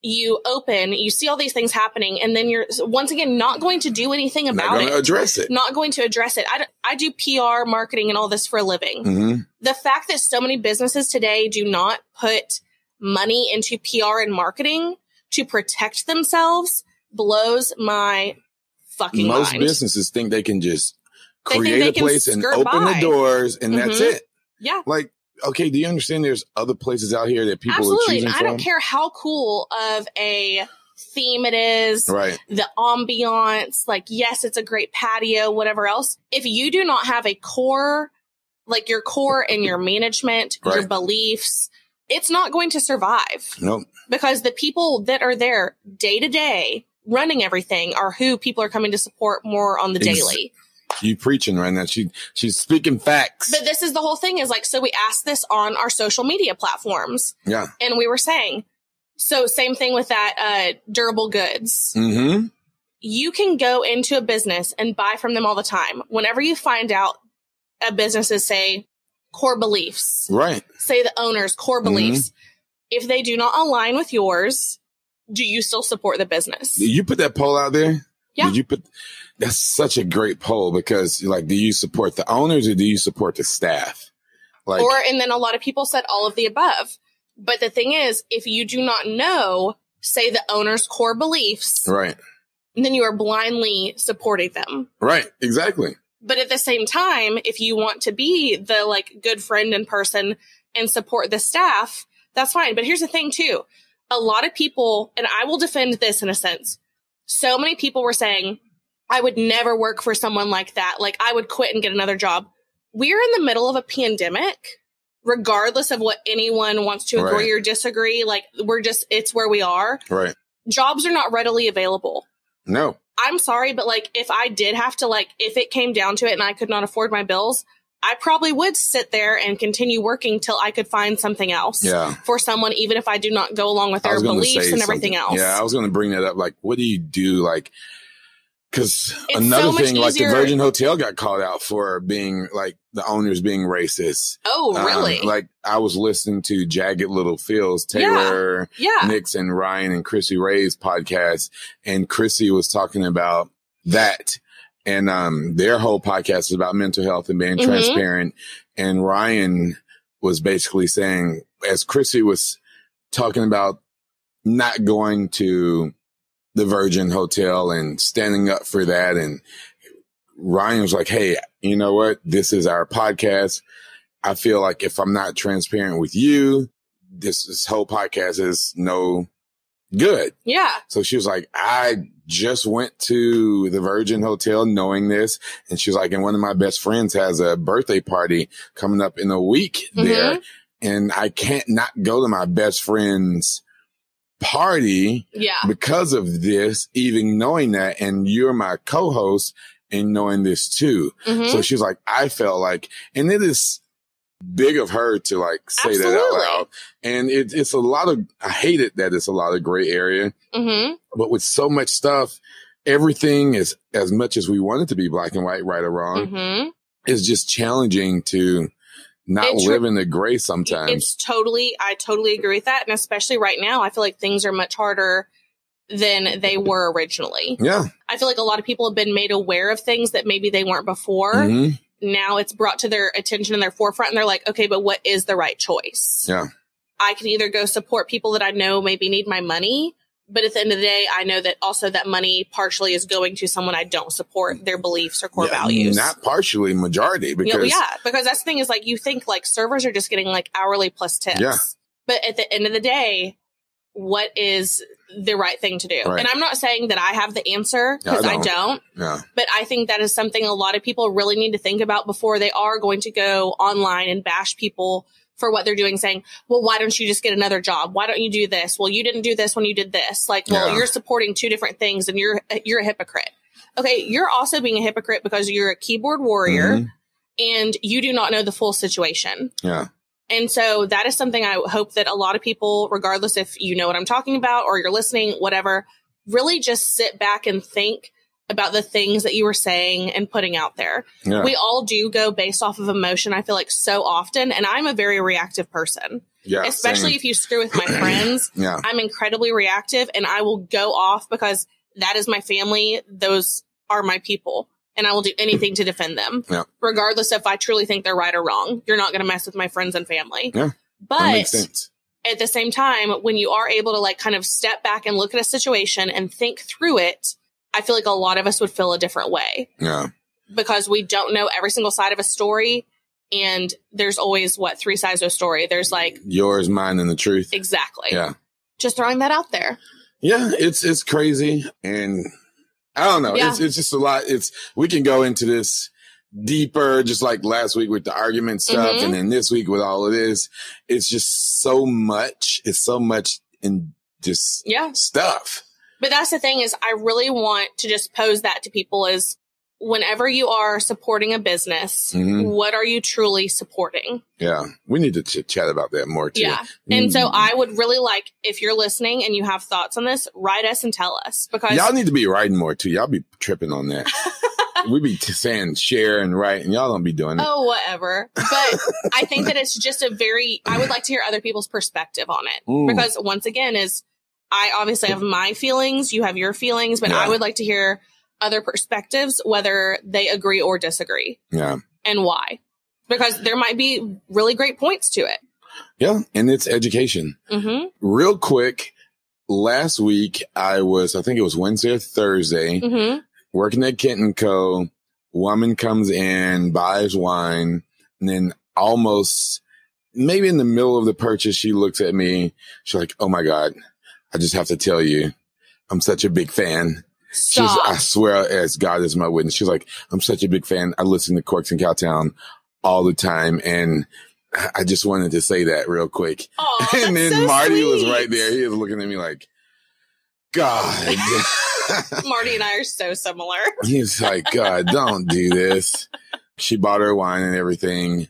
Speaker 3: you open, you see all these things happening, and then you're once again not going to do anything
Speaker 2: not
Speaker 3: about
Speaker 2: going to
Speaker 3: it,
Speaker 2: address it.
Speaker 3: not going to address it. I, d- I do PR, marketing, and all this for a living.
Speaker 2: Mm-hmm.
Speaker 3: The fact that so many businesses today do not put money into PR and marketing to protect themselves blows my fucking
Speaker 2: most
Speaker 3: mind.
Speaker 2: businesses think they can just
Speaker 3: They think
Speaker 2: create
Speaker 3: they
Speaker 2: a
Speaker 3: can
Speaker 2: place and
Speaker 3: skirt
Speaker 2: open
Speaker 3: by.
Speaker 2: the doors and that's
Speaker 3: Mhm.
Speaker 2: it.
Speaker 3: Yeah.
Speaker 2: Like, okay, do you understand there's other places out here that people are
Speaker 3: Absolutely.
Speaker 2: choosing
Speaker 3: And I
Speaker 2: from?
Speaker 3: don't care how cool of a theme it is.
Speaker 2: Right.
Speaker 3: the ambiance, like, yes, it's a great patio, whatever else. If you do not have a core, like your core and your management, your
Speaker 2: Right.
Speaker 3: beliefs, it's not going to survive
Speaker 2: Nope.
Speaker 3: because the people that are there day to day running everything are who people are coming to support more on the
Speaker 2: Ex-
Speaker 3: daily.
Speaker 2: You preaching right now. She she's speaking facts.
Speaker 3: But this is the whole thing is like, so we asked this on our social media platforms
Speaker 2: Yeah.
Speaker 3: and we were saying, so same thing with that, uh, durable goods.
Speaker 2: Mm-hmm.
Speaker 3: You can go into a business and buy from them all the time. Whenever you find out a business's say core beliefs,
Speaker 2: Right.
Speaker 3: say the owner's core
Speaker 2: Mhm.
Speaker 3: beliefs, if they do not align with yours, do you still support the business?
Speaker 2: Did you put that poll out there?
Speaker 3: Yeah.
Speaker 2: Did you put that's such a great poll because like do you support the owners or do you support the staff? Like
Speaker 3: or and then a lot of people said all of the above. But the thing is, if you do not know, say the owner's core beliefs,
Speaker 2: Right.
Speaker 3: then you are blindly supporting them.
Speaker 2: Right. Exactly.
Speaker 3: But at the same time, if you want to be the like good friend in person and support the staff, that's fine. But here's the thing too. A lot of people, and I will defend this in a sense. So many people were saying, I would never work for someone like that. Like I would quit and get another job. We're in the middle of a pandemic, regardless of what anyone wants to agree or disagree. Like we're just, it's where we are.
Speaker 2: Right.
Speaker 3: Jobs are not readily available.
Speaker 2: No.
Speaker 3: I'm sorry, but like if I did have to like if it came down to it and I could not afford my bills, I probably would sit there and continue working till I could find something else
Speaker 2: Yeah.
Speaker 3: for someone, even if I do not go along with
Speaker 2: I
Speaker 3: their
Speaker 2: was gonna
Speaker 3: beliefs
Speaker 2: say
Speaker 3: and everything
Speaker 2: something.
Speaker 3: else.
Speaker 2: Yeah, I was going to bring that up. Like, what do you do? Like, because
Speaker 3: It's so
Speaker 2: another
Speaker 3: much
Speaker 2: thing, like the
Speaker 3: easier-
Speaker 2: Virgin Hotel got called out for being like the owners being racist.
Speaker 3: oh,
Speaker 2: Um,
Speaker 3: really?
Speaker 2: like I was listening to Jagged Little Fields, Taylor,
Speaker 3: yeah.
Speaker 2: Nix, and Ryan and Chrissy Ray's podcast, and Chrissy was talking about that. And um, their whole podcast is about mental health and being
Speaker 3: Mhm.
Speaker 2: transparent. And Ryan was basically saying, as Chrissy was talking about not going to the Virgin Hotel and standing up for that. And Ryan was like, Hey, you know what? This is our podcast. I feel like if I'm not transparent with you, this, this whole podcast is no good.
Speaker 3: Yeah.
Speaker 2: So she was like, I just went to the Virgin Hotel knowing this. And she was like, and one of my best friends has a birthday party coming up in a week there. And I can't not go to my best friend's party
Speaker 3: Yeah.
Speaker 2: because of this, even knowing that. And you're my co-host and knowing this too.
Speaker 3: Mhm.
Speaker 2: So she's like, I felt like, and it is big of her to like say that out
Speaker 3: Absolutely.
Speaker 2: loud. And it, it's a lot of, I hate it that it's a lot of gray area,
Speaker 3: Mhm.
Speaker 2: but with so much stuff, everything is as much as we want it to be black and white, right or wrong.
Speaker 3: Mhm.
Speaker 2: It's just challenging to not
Speaker 3: It's
Speaker 2: live in the gray sometimes.
Speaker 3: It's totally, I totally agree with that. And especially right now, I feel like things are much harder than they were originally.
Speaker 2: yeah.
Speaker 3: I feel like a lot of people have been made aware of things that maybe they weren't before.
Speaker 2: Mhm.
Speaker 3: now it's brought to their attention and their forefront and they're like okay but what is the right choice
Speaker 2: Yeah.
Speaker 3: i can either go support people that i know maybe need my money but at the end of the day i know that also that money partially is going to someone i don't support their beliefs or core
Speaker 2: Yeah,
Speaker 3: values
Speaker 2: Not partially majority
Speaker 3: You know,
Speaker 2: because
Speaker 3: yeah because that's the thing is like you think like servers are just getting like hourly plus tips
Speaker 2: Yeah.
Speaker 3: but at the end of the day what is the right thing to do
Speaker 2: Right.
Speaker 3: and i'm not saying that i have the answer
Speaker 2: Yeah, I
Speaker 3: because
Speaker 2: don't.
Speaker 3: I don't
Speaker 2: yeah.
Speaker 3: but I think that is something a lot of people really need to think about before they are going to go online and bash people for what they're doing, saying, well, why don't you just get another job? Why don't you do this? Well, you didn't do this when you did this. Like, well,
Speaker 2: Yeah.
Speaker 3: you're supporting two different things and you're, you're a hypocrite. Okay. You're also being a hypocrite because you're a keyboard warrior
Speaker 2: Mhm.
Speaker 3: and you do not know the full situation.
Speaker 2: Yeah.
Speaker 3: And so that is something I hope that a lot of people, regardless if you know what I'm talking about or you're listening, whatever, really just sit back and think about the things that you were saying and putting out there.
Speaker 2: Yeah.
Speaker 3: We all do go based off of emotion, I feel like so often. And I'm a very reactive person,
Speaker 2: yeah.
Speaker 3: especially
Speaker 2: same.
Speaker 3: if you screw with my friends.
Speaker 2: yeah.
Speaker 3: I'm incredibly reactive and I will go off because that is my family. Those are my people. And I will do anything to defend them,
Speaker 2: Yeah.
Speaker 3: regardless if I truly think they're right or wrong. You're not going to mess with my friends and family.
Speaker 2: Yeah. that makes
Speaker 3: But
Speaker 2: sense.
Speaker 3: at the same time, when you are able to like kind of step back and look at a situation and think through it, I feel like a lot of us would feel a different way
Speaker 2: Yeah.
Speaker 3: because we don't know every single side of a story. And there's always what three sides to a story. There's like,
Speaker 2: Yours, mine, and the truth.
Speaker 3: exactly.
Speaker 2: Yeah.
Speaker 3: Just throwing that out there.
Speaker 2: Yeah, it's it's crazy, and I don't know.
Speaker 3: Yeah.
Speaker 2: It's it's just a lot. It's we can go into this deeper, just like last week with the argument stuff.
Speaker 3: Mhm.
Speaker 2: And then this week with all of this, it's just so much. It's so much in just
Speaker 3: Yeah.
Speaker 2: stuff.
Speaker 3: But that's the thing is I really want to just pose that to people is whenever you are supporting a business,
Speaker 2: Mhm.
Speaker 3: what are you truly supporting?
Speaker 2: Yeah. We need to chit chat about that more too.
Speaker 3: Yeah. And so
Speaker 2: Mm.
Speaker 3: I would really like if you're listening and you have thoughts on this, write us and tell us because
Speaker 2: Y'all need to be writing more too. Y'all be tripping on that. we be t- saying share and write, and y'all don't be doing it.
Speaker 3: oh whatever. But I think that it's just a very I would like to hear other people's perspective on it
Speaker 2: Mm.
Speaker 3: Oh, because once again is I obviously have my feelings, you have your feelings, but I
Speaker 2: Yeah.
Speaker 3: would like to hear other perspectives whether they agree or disagree.
Speaker 2: Yeah.
Speaker 3: and why because there might be really great points to it
Speaker 2: Yeah. And it's education.
Speaker 3: mm-hmm.
Speaker 2: Real quick, last week I was, I think it was Wednesday or Thursday,
Speaker 3: Mm-hmm.
Speaker 2: working at Kent and Co. Woman comes in, buys wine, and then almost maybe in the middle of the purchase, she looks at me. She's like, Oh my God, I just have to tell you, I'm such a big fan. She's, I
Speaker 3: stop
Speaker 2: swear, as God is my witness, she's like, I'm such a big fan. I listen to Corks and Cowtown all the time. And I I just wanted to say that real quick.
Speaker 3: Aw, that's
Speaker 2: and then
Speaker 3: so
Speaker 2: Marty was
Speaker 3: sweet.
Speaker 2: right there. He was looking at me like, God.
Speaker 3: marty and i are so similar
Speaker 2: He's like, God, don't do this. She bought her wine and everything.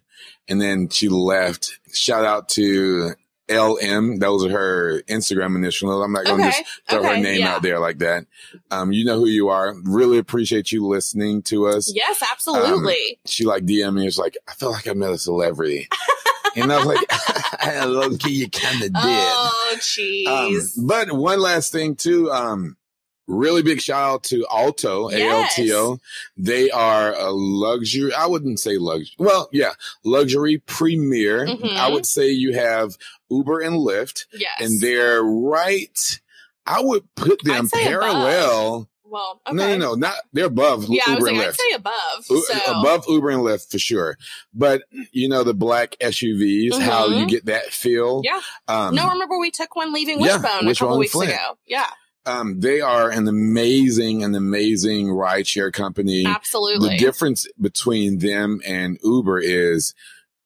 Speaker 2: And then she left. Shout out to LM. That was her Instagram initial. I'm not going to
Speaker 3: okay
Speaker 2: just throw her
Speaker 3: okay
Speaker 2: name
Speaker 3: yeah.
Speaker 2: out there like that. Um, you know who you are. Really appreciate you listening to us.
Speaker 3: yes absolutely
Speaker 2: She like DM me. It's like I feel like I met a celebrity, and I was like, low key, you kind of did.
Speaker 3: oh
Speaker 2: Um,
Speaker 3: jeez
Speaker 2: but one last thing too. Um, really big shout out to Alto A L T O. They are a luxury. I wouldn't say luxury. Well, yeah, luxury premier.
Speaker 3: Mhm.
Speaker 2: I would say you have Uber and Lyft,
Speaker 3: yes
Speaker 2: and they're right. I would put them
Speaker 3: I'd say above.
Speaker 2: parallel.
Speaker 3: well okay
Speaker 2: No, no, no, not they're above
Speaker 3: yeah i was
Speaker 2: Uber
Speaker 3: like
Speaker 2: and
Speaker 3: i'd
Speaker 2: Lyft.
Speaker 3: say above
Speaker 2: U-
Speaker 3: so
Speaker 2: above Uber and Lyft for sure. But you know the black SUVs, how
Speaker 3: Mhm.
Speaker 2: you get that feel.
Speaker 3: Yeah.
Speaker 2: Um,
Speaker 3: no remember we took one leaving
Speaker 2: Yeah,
Speaker 3: wishbone a
Speaker 2: Wishbone
Speaker 3: couple
Speaker 2: and
Speaker 3: weeks
Speaker 2: Flint.
Speaker 3: ago yeah
Speaker 2: um, they are an amazing, an amazing rideshare company.
Speaker 3: absolutely
Speaker 2: The difference between them and Uber is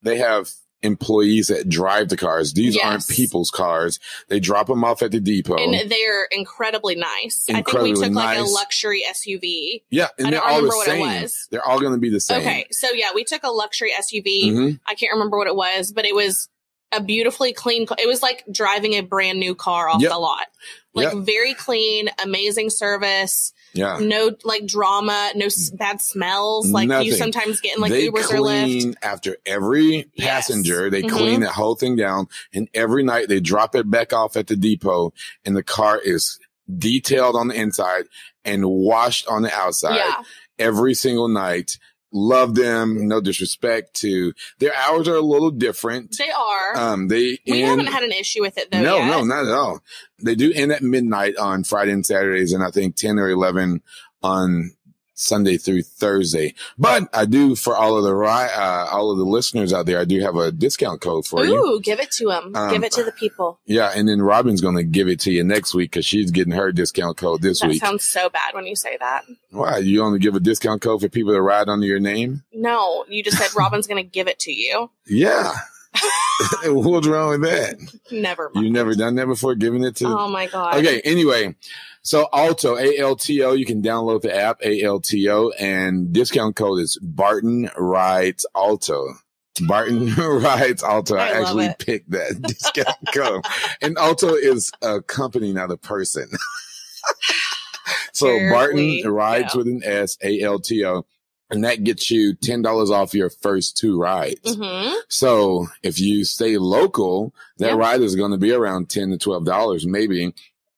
Speaker 2: they have employees that drive the cars. These
Speaker 3: Yes.
Speaker 2: aren't people's cars. They drop them off at the depot.
Speaker 3: and they're incredibly nice i think we
Speaker 2: Incredibly
Speaker 3: took like a
Speaker 2: nice.
Speaker 3: luxury suv
Speaker 2: yeah, and
Speaker 3: I
Speaker 2: they're
Speaker 3: don't
Speaker 2: all the
Speaker 3: remember what it
Speaker 2: same.
Speaker 3: was.
Speaker 2: They're all going to be the same.
Speaker 3: Okay, so yeah, we took a luxury SUV.
Speaker 2: Mhm.
Speaker 3: I can't remember what it was, but it was a beautifully clean. ca- It was like driving a brand new car off
Speaker 2: Yep.
Speaker 3: the lot. Like
Speaker 2: Yep.
Speaker 3: very clean, amazing service.
Speaker 2: Yeah.
Speaker 3: No like drama, no s- bad smells like
Speaker 2: Nothing.
Speaker 3: you sometimes get in like
Speaker 2: they
Speaker 3: Ubers or Lyft.
Speaker 2: clean after every
Speaker 3: Yes.
Speaker 2: passenger. They
Speaker 3: Mhm.
Speaker 2: clean that whole thing down, and every night they drop it back off at the depot, and the car is detailed on the inside and washed on the outside
Speaker 3: Yeah,
Speaker 2: every single night. Love them. No disrespect to their hours are a little different.
Speaker 3: they are.
Speaker 2: Um, they
Speaker 3: we
Speaker 2: end,
Speaker 3: haven't had an issue with it though.
Speaker 2: no,
Speaker 3: yet.
Speaker 2: no, not at all. They do end at midnight on Friday and Saturdays, and I think 10 or 11 on Sunday through Thursday. But I do for all of the ri- uh, all of the listeners out there, I do have a discount code for you.
Speaker 3: Ooh, give it to them.
Speaker 2: Um,
Speaker 3: give it to the people.
Speaker 2: Yeah, and then Robin's going to give it to you next week because she's getting her discount code this
Speaker 3: That
Speaker 2: week.
Speaker 3: sounds so bad when you say that.
Speaker 2: Why you only give a discount code for people that ride under your name?
Speaker 3: No, you just said Robin's going to give it to you.
Speaker 2: Yeah. What's wrong with that?
Speaker 3: Never mind.
Speaker 2: You've never done that before, giving it to
Speaker 3: Oh my god.
Speaker 2: Okay. Anyway, so Alto A L T O. You can download the app A L T O, and discount code is Barton Rides Alto. Barton Rides Alto. I,
Speaker 3: I love
Speaker 2: actually
Speaker 3: it.
Speaker 2: picked that discount code, and Alto is a company, not a person. so
Speaker 3: Here we
Speaker 2: Barton Rides
Speaker 3: go.
Speaker 2: with an S A L T O. And that gets you ten dollars off your first two rides.
Speaker 3: hmm
Speaker 2: So if you stay local, that
Speaker 3: Yeah.
Speaker 2: ride is going to be around ten to twelve dollars, maybe.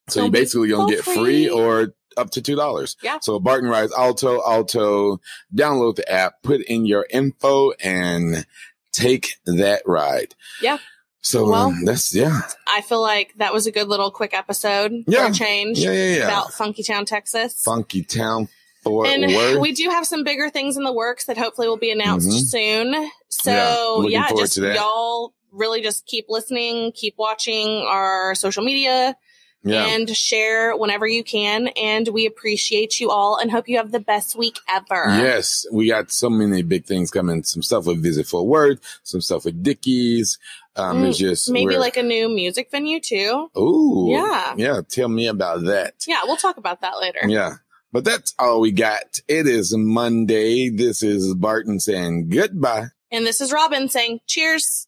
Speaker 2: So you
Speaker 3: Don't be
Speaker 2: basically gonna
Speaker 3: so
Speaker 2: get
Speaker 3: free.
Speaker 2: free or up to two dollars.
Speaker 3: Yeah.
Speaker 2: So Barton Rides Alto, Alto, download the app, put in your info, and take that ride.
Speaker 3: Yeah.
Speaker 2: So
Speaker 3: Well-
Speaker 2: um, that's yeah,
Speaker 3: I feel like that was a good little quick episode for
Speaker 2: Yeah.
Speaker 3: a change
Speaker 2: yeah, yeah, yeah.
Speaker 3: about Funky Town, Texas.
Speaker 2: Funky Town Fort
Speaker 3: and
Speaker 2: Worth.
Speaker 3: we do have some bigger things in the works that hopefully will be announced
Speaker 2: Mhm.
Speaker 3: soon.
Speaker 2: Yeah,
Speaker 3: So
Speaker 2: looking
Speaker 3: yeah,
Speaker 2: forward
Speaker 3: just
Speaker 2: to that.
Speaker 3: y'all really just keep listening, keep watching our social media,
Speaker 2: Yeah.
Speaker 3: and share whenever you can. And we appreciate you all and hope you have the best week ever.
Speaker 2: Yes, we got so many big things coming. Some stuff with Visit Fort Worth, some stuff with Dickies. Um, it's just
Speaker 3: Mm, Maybe
Speaker 2: we're-
Speaker 3: like a new music venue too.
Speaker 2: ooh,
Speaker 3: Yeah.
Speaker 2: yeah. Tell me about that.
Speaker 3: Yeah, we'll talk about that later.
Speaker 2: Yeah, but that's all we got. It is Monday. This is Barton saying goodbye.
Speaker 3: And this is Robin saying cheers.